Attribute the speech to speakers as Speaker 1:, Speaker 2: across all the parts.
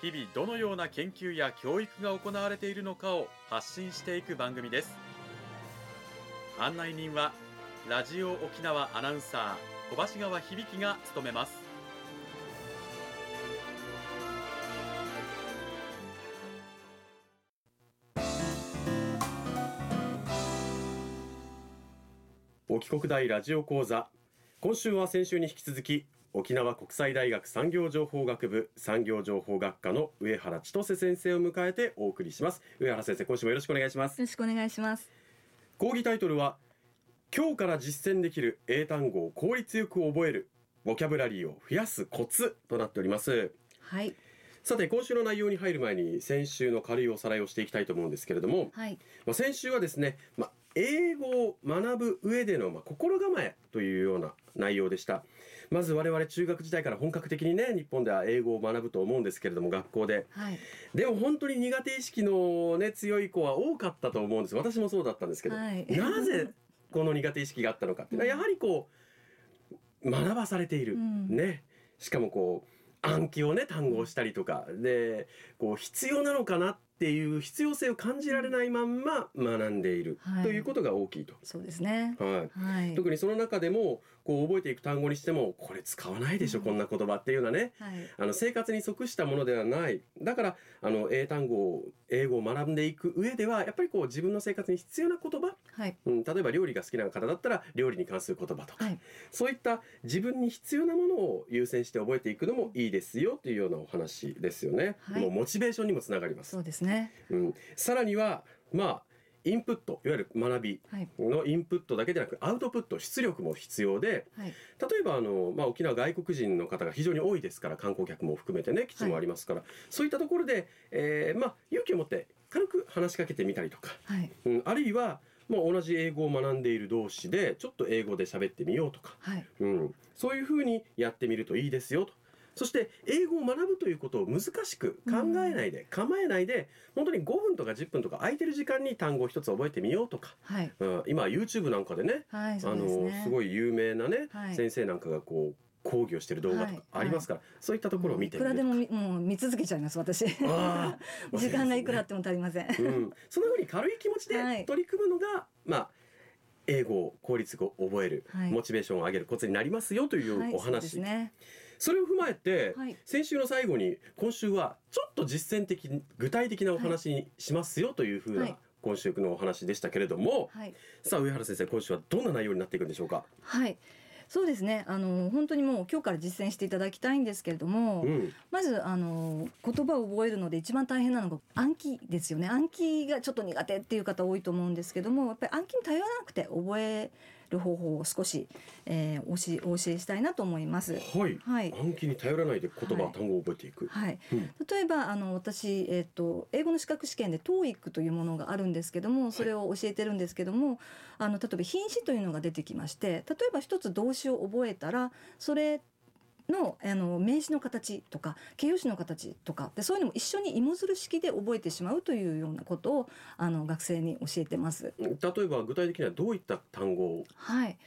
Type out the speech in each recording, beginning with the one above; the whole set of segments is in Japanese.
Speaker 1: 日々どのような研究や教育が行われているのかを発信していく番組です案内人はラジオ沖縄アナウンサー小橋川響が務めます沖国大ラジオ講座今週は先週に引き続き沖縄国際大学産業情報学部産業情報学科の上原千歳先生を迎えてお送りします上原先生今週もよろしくお願いします
Speaker 2: よろしくお願いします。
Speaker 1: 講義タイトルは今日から実践できる英単語を効率よく覚えるボキャブラリーを増やすコツとなっております
Speaker 2: はい。
Speaker 1: さて今週の内容に入る前に先週の軽いおさらいをしていきたいと思うんですけれども、
Speaker 2: はい。
Speaker 1: まあ、先週はですね、まあ、英語を学ぶ上での、まあ、心構えというような内容でしたまず我々中学時代から本格的にね日本では英語を学ぶと思うんですけれども学校で
Speaker 2: はい。
Speaker 1: でも本当に苦手意識の、ね、強い子は多かったと思うんです私もそうだったんですけど、
Speaker 2: はい。
Speaker 1: なぜこの苦手意識があったのかっていうのはやはりこう学ばされている、
Speaker 2: うん
Speaker 1: ねしかもこう暗記をね単語をしたりとかでこう必要なのかなっていう必要性を感じられないまんま学んでいる、
Speaker 2: はい
Speaker 1: ということが大きいと。
Speaker 2: そうですね。
Speaker 1: はい
Speaker 2: はい。
Speaker 1: 特にその中でもこう覚えていく単語にしてもこれ使わないでしょ、
Speaker 2: うん
Speaker 1: こんな言葉っていうようなね
Speaker 2: はい。
Speaker 1: あの生活に即したものではない。だから、あの、英単語を、英語を学んでいく上では、やっぱりこう自分の生活に必要な言葉、
Speaker 2: はい。
Speaker 1: うん、例えば料理が好きな方だったら、料理に関する言葉とか、
Speaker 2: はい
Speaker 1: そういった自分に必要なものを優先して覚えていくのもいいですよというようなお話ですよね。
Speaker 2: はい
Speaker 1: もうモチベーションにもつながります
Speaker 2: そ。うですね。
Speaker 1: うん、さらには、まあ、インプット、いわゆる学び
Speaker 2: はい。
Speaker 1: のインプットだけでなく、アウトプット、出力も必要で、
Speaker 2: はい。
Speaker 1: 例えばあの、まあ、沖縄外国人の方が非常に多いですから観光客も含めてね基地もありますから、そういったところで、えーまあ、勇気を持って軽く話しかけてみたりとか、
Speaker 2: はい。
Speaker 1: うん、あるいは、まあ、同じ英語を学んでいる同士でちょっと英語で喋ってみようとか、
Speaker 2: はい。
Speaker 1: うん、そういうふうにやってみるといいですよと。そして英語を学ぶということを難しく考えないで、構えないで本当に5分とか10分とか空いてる時間に単語を一つ覚えてみようとか、
Speaker 2: はい。
Speaker 1: うん、今 YouTube なんかでね
Speaker 2: はい。
Speaker 1: あ
Speaker 2: そうです
Speaker 1: の
Speaker 2: ね。
Speaker 1: すごい有名なね、
Speaker 2: はい
Speaker 1: 先生なんかがこう講義をしてる動画とかありますから、そういったところを見て
Speaker 2: い
Speaker 1: み
Speaker 2: く
Speaker 1: る
Speaker 2: らでもみもう見続けちゃいます私。
Speaker 1: あー
Speaker 2: 時間がいくらあっても足りません。
Speaker 1: うん、 そのように軽い気持ち
Speaker 2: は
Speaker 1: で
Speaker 2: い
Speaker 1: 取り組むのが、まあ英語を効率を覚える、
Speaker 2: はい
Speaker 1: モチベーションを上げるコツになりますよと
Speaker 2: はいいう
Speaker 1: お
Speaker 2: そうで
Speaker 1: 話、
Speaker 2: すね。
Speaker 1: それを踏まえて、
Speaker 2: はい。
Speaker 1: 先週の最後に今週はちょっと実践的具体的なお話にしますよというふうな、
Speaker 2: はい
Speaker 1: 今週のお話でしたけれども、
Speaker 2: はい。
Speaker 1: さあ上原先生今週はどんな内容になっていくんでしょうか、
Speaker 2: はい。そうですね。あの本当にもう今日から実践していただきたいんですけれども、
Speaker 1: うん
Speaker 2: まずあの言葉を覚えるので一番大変なのが暗記ですよね暗記がちょっと苦手っていう方多いと思うんですけどもやっぱり暗記に頼らなくて覚える方法を少し、えーおしお教えしたいなと思います。
Speaker 1: はい
Speaker 2: はい、
Speaker 1: 暗記に頼らないで言葉、
Speaker 2: はい
Speaker 1: 単語を覚えていく。
Speaker 2: はい
Speaker 1: うん
Speaker 2: 例えばあの私、えっと英語の資格試験で TOEIC というものがあるんですけどもそれを教えてるんですけども、あの例えば品詞というのが出てきまして例えば一つ動詞を覚えたらそれのあの名詞の形とか形容詞の形とかでそういうのも一緒に芋づる式で覚えてしまうというようなことをあの学生に教えてます。
Speaker 1: 例えば具体的にはどういった単語を
Speaker 2: はい、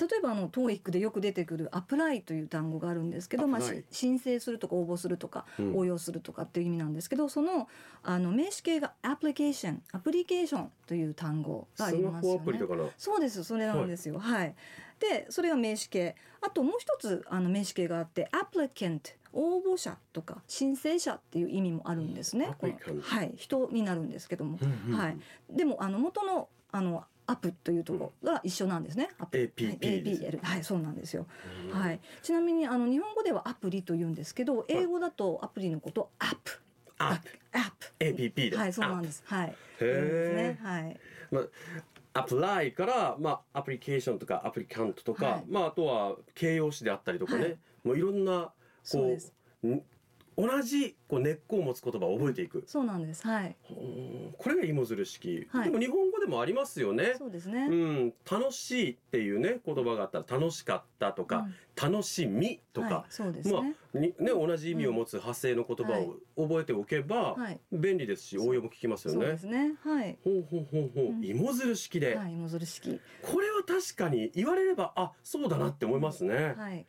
Speaker 2: 例えばあの TOEIC でよく出てくる「アプライ」という単語があるんですけど、まあ、
Speaker 1: apply
Speaker 2: し申請するとか応募するとか
Speaker 1: うん
Speaker 2: 応用するとかっていう意味なんですけどそのあの名詞形がアプリケーションアプリケーションという単語があ
Speaker 1: ス
Speaker 2: り
Speaker 1: マ
Speaker 2: ますよ
Speaker 1: ホ
Speaker 2: ね。
Speaker 1: アプリとかな、
Speaker 2: そうですそれなんですよはい、でそれが名詞形あともう一つあの名詞形があって「applicant」応募者とか申請者っていう意味もあるんですね、この
Speaker 1: applicant
Speaker 2: はい人になるんですけども、
Speaker 1: うんうん
Speaker 2: はいでもあの元のあのアップというところが一緒なんですね。アップ
Speaker 1: APP
Speaker 2: はい
Speaker 1: ですね
Speaker 2: APL はい、そうなんですよ。
Speaker 1: うん
Speaker 2: はい。ちなみにあの日本語ではアプリと言うんですけど、英語だとアプリのことをアップ、
Speaker 1: ア
Speaker 2: アップ、
Speaker 1: APP で
Speaker 2: はい、そうなん
Speaker 1: ア
Speaker 2: です。はい。
Speaker 1: へえ
Speaker 2: ですね。はい。
Speaker 1: アプライから、まあ、アプリケーションとかアプリカントとか、
Speaker 2: はい
Speaker 1: まあ、あとは形容詞であったりとかね、
Speaker 2: はい
Speaker 1: もういろんな
Speaker 2: そうです。
Speaker 1: ん同じこう根っこを持つ言葉を覚えていく、
Speaker 2: そうなんですはい
Speaker 1: ほうこれが芋づる式、
Speaker 2: はい
Speaker 1: でも日本語でもありますよね
Speaker 2: そうです
Speaker 1: う
Speaker 2: ね、
Speaker 1: ん、楽しいっていうね言葉があったら楽しかったと
Speaker 2: う
Speaker 1: か、
Speaker 2: ん
Speaker 1: 楽しみと
Speaker 2: はい
Speaker 1: か、、
Speaker 2: そうですね、
Speaker 1: まにね、同じ意味を持つ派生の言葉を覚えておけば、
Speaker 2: はい
Speaker 1: 便利ですし応用も聞きますよ
Speaker 2: そうで
Speaker 1: ね。
Speaker 2: すねはい
Speaker 1: ほうほうほうほう、
Speaker 2: うん
Speaker 1: 芋づる式で、
Speaker 2: はい芋づる式
Speaker 1: これは確かに言われればあそうだなって思いますね、
Speaker 2: はい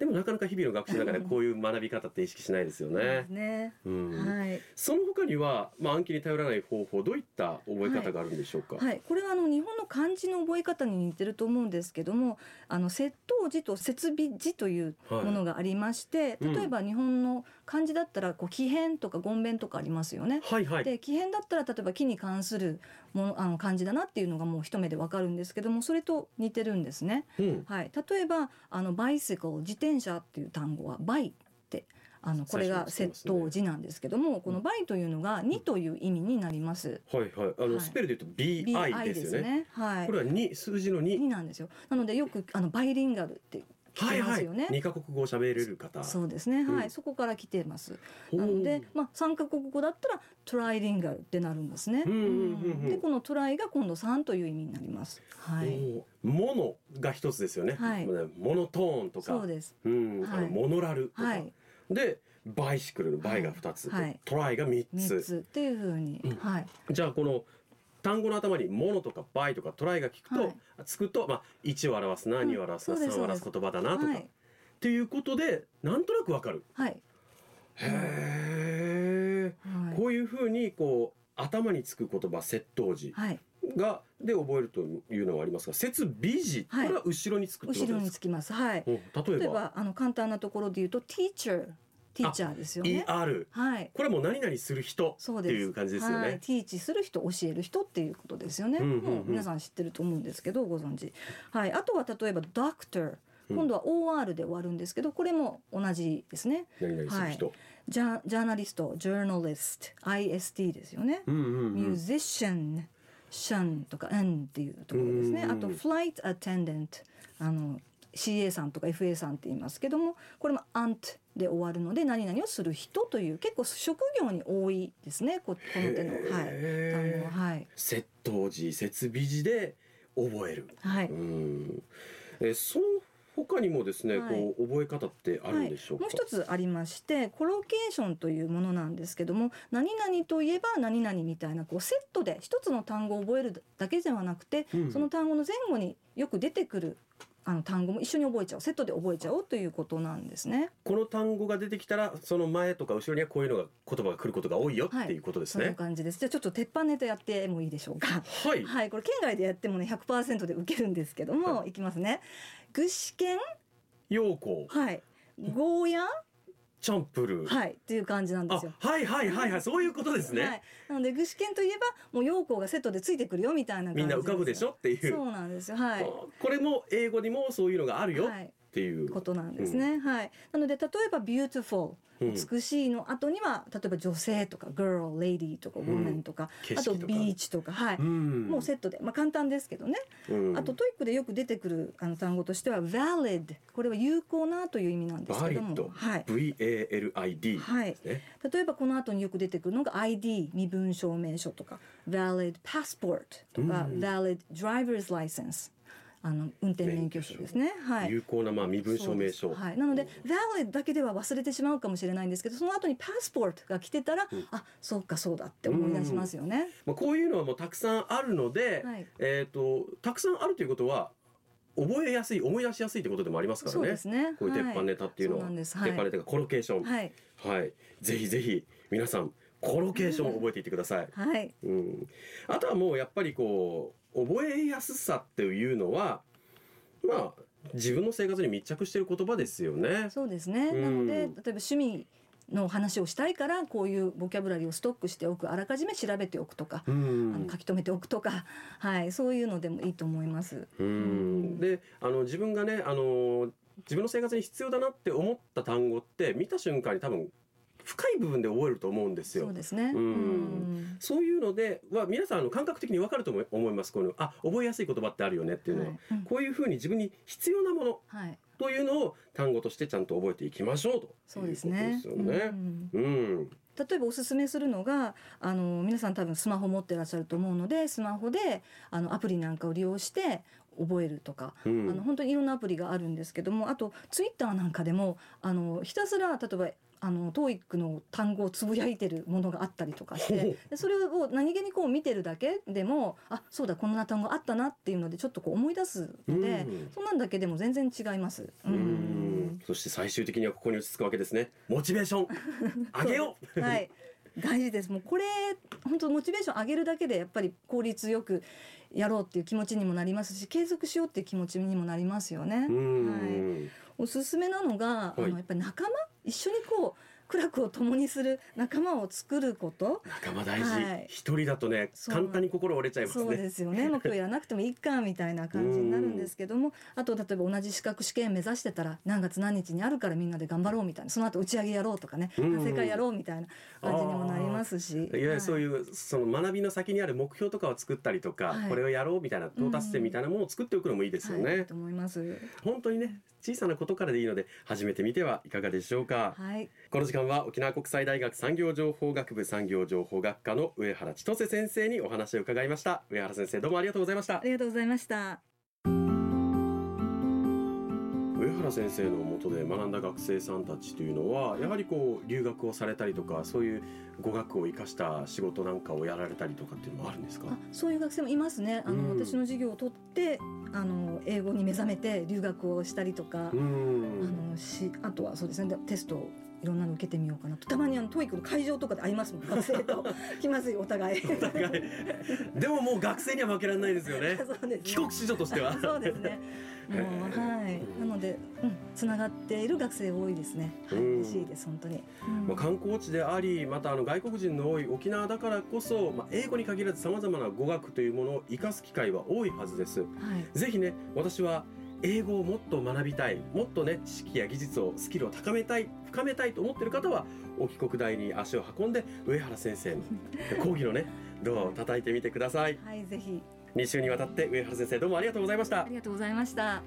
Speaker 1: でもなかなか日々の学習の中でこういう学び方って意識しないですよ
Speaker 2: そうで
Speaker 1: ね
Speaker 2: す。ね
Speaker 1: うん
Speaker 2: はい
Speaker 1: その他には、まあ、暗記に頼らない方法どういった覚え方があるんでしょうか、
Speaker 2: はい、これはあの日本の漢字の覚え方に似てると思うんですけどもあの窃盗字と設備字という
Speaker 1: はい
Speaker 2: ものがありまして、
Speaker 1: うん
Speaker 2: 例えば日本の漢字だったらこう奇変とか言弁とかありますよね。
Speaker 1: はいはい
Speaker 2: で奇変だったら例えば木に関するものあの漢字だなっていうのがもう一目でわかるんですけどもそれと似てるんですね。
Speaker 1: うん
Speaker 2: はい、例えばあのバイセコ自転車っていう単語はバイってあのこれが
Speaker 1: 最
Speaker 2: 窃
Speaker 1: 初に聞きますね
Speaker 2: 盗字なんですけども、このバイというのが2という意味になります。
Speaker 1: はいはいあの、
Speaker 2: はい
Speaker 1: スペルで言うと BI ですよね。
Speaker 2: ね。はい
Speaker 1: こ。れは二数字の
Speaker 2: に
Speaker 1: 二。
Speaker 2: なんですよ。なのでよくあのバイリンガルって聞
Speaker 1: は
Speaker 2: き
Speaker 1: い
Speaker 2: ま
Speaker 1: は
Speaker 2: す
Speaker 1: い
Speaker 2: よね。。
Speaker 1: 二カ国語を喋れる方。
Speaker 2: そうですね。はい、
Speaker 1: うん
Speaker 2: そこから来ています。
Speaker 1: ほう
Speaker 2: なので、まあ三カ国語だったらトライリンガルってなるんですね。
Speaker 1: うんうんうんうん
Speaker 2: でこのトライが今度三という意味になります。はい。
Speaker 1: おーモノが一つですよね。
Speaker 2: はい
Speaker 1: モノトーンとか。
Speaker 2: そうです。
Speaker 1: うん、
Speaker 2: はい
Speaker 1: あのモノラルとか。
Speaker 2: はい。
Speaker 1: で、バイシクルのバイが二つ、
Speaker 2: はいはい
Speaker 1: トライが三
Speaker 2: 三
Speaker 1: つ。
Speaker 2: つっていうふうに、
Speaker 1: うん
Speaker 2: はい。
Speaker 1: じゃあこの単語の頭にモノとかバイとかトライが聞くと、
Speaker 2: はい
Speaker 1: つくとまあ一を表すな、
Speaker 2: うん
Speaker 1: 二を表す
Speaker 2: そうで
Speaker 1: な、
Speaker 2: す
Speaker 1: 三を表す言葉だなとか、
Speaker 2: は
Speaker 1: っ
Speaker 2: い。
Speaker 1: ていうことでなんとなくわかる。
Speaker 2: はい。
Speaker 1: へえ。
Speaker 2: はい
Speaker 1: こういうふうにこう頭につく言葉窃盗時
Speaker 2: はい。
Speaker 1: がで覚えるというのはありますが節美時こ
Speaker 2: はい
Speaker 1: れは後ろにつくって
Speaker 2: 後
Speaker 1: こと
Speaker 2: ろ
Speaker 1: で
Speaker 2: に
Speaker 1: す
Speaker 2: つきます。はい。
Speaker 1: か、うん例
Speaker 2: 例
Speaker 1: え
Speaker 2: え
Speaker 1: ば
Speaker 2: ばあの簡単なところで言うと teacher、teacher ですよね。
Speaker 1: ER
Speaker 2: はい。
Speaker 1: これはもう何々する人
Speaker 2: そう
Speaker 1: って
Speaker 2: です。
Speaker 1: いう感じですよ
Speaker 2: はい、
Speaker 1: ね。
Speaker 2: ティーチする人教える人っていうことですよね、
Speaker 1: うんうんうん
Speaker 2: もう皆さん知ってると思うんですけどご存知、はい、あとは例えば「doctor」
Speaker 1: うん
Speaker 2: 今度は OR で終わるんですけどこれも同じですね
Speaker 1: 何々する人。
Speaker 2: ジャジャーナリスト「journalist」「IST」ですよね
Speaker 1: う
Speaker 2: 「
Speaker 1: んうんうん
Speaker 2: musician」「shun」とか「n」っていうところですね
Speaker 1: うん
Speaker 2: あと「flight attendant」あの CA さんとか FA さんって言いますけどもこれも「aunt」で終わるので何々をする人という結構職業に多いですねここの手の。はい単
Speaker 1: へ
Speaker 2: 語
Speaker 1: ー
Speaker 2: はい
Speaker 1: 窃盗時設備時で覚える。。
Speaker 2: はいう
Speaker 1: ん。えその他にもですね、
Speaker 2: はい
Speaker 1: こう覚え方ってあるんでしょうか。
Speaker 2: もう一つありましてコロケーションというものなんですけども何々といえば何々みたいなこうセットで一つの単語を覚えるだけではなくて、
Speaker 1: うん
Speaker 2: その単語の前後によく出てくるあの単語も一緒に覚えちゃおうセットで覚えちゃおうということなんですね。
Speaker 1: この単語が出てきたらその前とか後ろにはこういうのが言葉が来ることが多いよっていうことです
Speaker 2: そんな
Speaker 1: ね。
Speaker 2: 感じです。じゃあちょっと鉄板ネタやってもいいでしょうか。
Speaker 1: はい。
Speaker 2: はい、これ県外でやってもね100%で受けるんですけども、、
Speaker 1: はい
Speaker 2: きますね。具志堅
Speaker 1: 陽光
Speaker 2: はい、ゴーヤ
Speaker 1: チャンプルー。
Speaker 2: はいっていう感じなんですよ。
Speaker 1: あはいはいはいはいそういうことですね。
Speaker 2: はい、なので具志堅といえばもう陽光がセットでついてくるよみたいな感じ
Speaker 1: みんな浮かぶでしょってい。
Speaker 2: そううなんですよはい、
Speaker 1: あこれも英語にもそういうのがあるよ
Speaker 2: はい、
Speaker 1: っていう。
Speaker 2: ことなんですね、はいなので例えば beautiful
Speaker 1: うん
Speaker 2: 美しいの後には例えば女性とか girl lady とか
Speaker 1: ん
Speaker 2: woman とか、
Speaker 1: 景
Speaker 2: あと
Speaker 1: 色とか。
Speaker 2: ビーチとかはい、
Speaker 1: うん。
Speaker 2: もうセットで、まあ、簡単ですけどね、
Speaker 1: うん
Speaker 2: あとトイックでよく出てくるあの単語としては valid これは有効なという意味なんですけども
Speaker 1: valid
Speaker 2: はい
Speaker 1: V A L I D で
Speaker 2: はい
Speaker 1: すね。
Speaker 2: 例えばこの後によく出てくるのが ID 身分証明書とか valid passport とか、
Speaker 1: うん
Speaker 2: valid driver's license あの運転免許証ですね。はい
Speaker 1: 有効なまあ身分証明
Speaker 2: そ
Speaker 1: 書。
Speaker 2: うですはい、なので、valid だけでは忘れてしまうかもしれないんですけど、その後に passport が来てたら、
Speaker 1: うん
Speaker 2: あ、そうかそうだって思い出しますよね。
Speaker 1: まあこういうのはもうたくさんあるので、
Speaker 2: はい、
Speaker 1: えっとたくさんあるということは覚えやすい思い出しやすいということでもありますから
Speaker 2: そうで
Speaker 1: ね。
Speaker 2: すね。
Speaker 1: こういう鉄板
Speaker 2: はい、
Speaker 1: ネタっていうの
Speaker 2: そう
Speaker 1: は
Speaker 2: なんで
Speaker 1: 鉄
Speaker 2: すはい
Speaker 1: 板ネタがコロケーション。
Speaker 2: はい、
Speaker 1: はい、ぜひぜひ皆さんコロケーションを覚えていってください。
Speaker 2: はい、
Speaker 1: うん、あとはもうやっぱりこう覚えやすさっていうのはまあ自分の生活に密着している言葉ですよね。
Speaker 2: そうですね。
Speaker 1: うん
Speaker 2: なので、例えば趣味。の話をしたいからこういうボキャブラリーをストックしておくあらかじめ調べておくとか
Speaker 1: う
Speaker 2: あの
Speaker 1: ん
Speaker 2: 書き留めておくとか、はい、そういうのでもいいと思います。
Speaker 1: うんであの自分がねあの自分の生活に必要だなって思った単語って見た瞬間に多分深い部分で覚えると思うんですよ。
Speaker 2: そうですね。
Speaker 1: う
Speaker 2: うんん、
Speaker 1: そういうのでは皆さんあの感覚的に分かると思い思いますこのあ覚えやすい言葉ってあるよねっていうのは、
Speaker 2: はいうん
Speaker 1: こういうふうに自分に必要なもの
Speaker 2: はい、
Speaker 1: というのを単語としてちゃんと覚えていきましょうと
Speaker 2: そうですね。
Speaker 1: いうことですよ
Speaker 2: う
Speaker 1: ね。
Speaker 2: ん
Speaker 1: うん、
Speaker 2: 例えばおすすめするのがあの皆さん多分スマホ持ってらっしゃると思うのでスマホであのアプリなんかを利用して覚えるとか、
Speaker 1: うん
Speaker 2: あの本当にいろんなアプリがあるんですけどもあとツイッターなんかでもあのひたすら例えばあの TOEIC の単語をつぶやいてるものがあったりとかし
Speaker 1: ほ
Speaker 2: て
Speaker 1: う
Speaker 2: でそれを何気にこう見てるだけでもあそうだこんな単語あったなっていうのでちょっとこう思い出すので、
Speaker 1: うん
Speaker 2: そんなんだけでも全然違います。
Speaker 1: うんそして最終的にはここに落ち着くわけですね。モチベー ション上げよう。
Speaker 2: はい、大事です。もうこれ本当モチベーション上げるだけでやっぱり効率よくやろうっていう気持ちにもなりますし、継続しようっていう気持ちにもなりますよね。
Speaker 1: うん、
Speaker 2: おすすめなのが、
Speaker 1: はい
Speaker 2: あのやっぱり仲間一緒にこう苦楽を共にする仲間を作ること。
Speaker 1: 仲間大事
Speaker 2: はい。
Speaker 1: 一、人だとね、
Speaker 2: そう
Speaker 1: 簡単に心折れちゃいます
Speaker 2: そう
Speaker 1: ね。
Speaker 2: ですよ ね。もう今日やらなくてもいいかみたいな感じになるんですけども、あと例えば同じ資格試験目指してたら何月何日にあるからみんなで頑張ろうみたいな、その後打ち上げやろうとかね、
Speaker 1: うん
Speaker 2: 反省会やろうみたいな感じにもなりますし、
Speaker 1: いわゆ
Speaker 2: は
Speaker 1: るそういうその学びの先にある目標とかを作ったりとか、
Speaker 2: はい
Speaker 1: これをやろうみたいな到達点みたいなものを作っておくのもいいですよね、
Speaker 2: はい、いいと思います。
Speaker 1: 本当にね小さなことからでいいので始めてみてはいかがでしょうか、
Speaker 2: はい、
Speaker 1: この時間は沖縄国際大学産業情報学部産業情報学科の上原千歳先生にお話を伺いました上原先生どうもありがとうございました
Speaker 2: ありがとうございました。
Speaker 1: 上原先生の下で学んだ学生さんたちというのはやはりこう留学をされたりとかそういう語学を生かした仕事なんかをやられたりとかっていうのもあるんですか
Speaker 2: あ、そういう学生もいますね。あの、
Speaker 1: うん
Speaker 2: 私の授業を取って、あの英語に目覚めて留学をしたりとか、
Speaker 1: うん
Speaker 2: あのし、あとはそうですね。テストをいろんなの受けてみようかなと。たまにあのトイックの会場とかで会い ますもん。学生と来ますよお互い。
Speaker 1: お互いでももう学生には負けられないですよね
Speaker 2: そうですね。
Speaker 1: 帰国子女としては
Speaker 2: そうですね。もう
Speaker 1: へー
Speaker 2: はい。なので、うん、つながっている学生多いですね。はい、
Speaker 1: うん
Speaker 2: 嬉しいです本当に。うん
Speaker 1: まあ、観光地でありまたあの外国人の多い沖縄だからこそ、まあ、英語に限らずさまざまな語学というものを生かす機会は多いはずです。
Speaker 2: はい。
Speaker 1: ぜひね私は英語をもっと学びたいもっとね知識や技術をスキルを高めたい深めたいと思っている方は沖国大に足を運んで上原先生の講義のねドアを叩いてみてください
Speaker 2: はい、ぜひ
Speaker 1: 2週にわたって上原先生どうもありがとうございました
Speaker 2: ありがとうございました。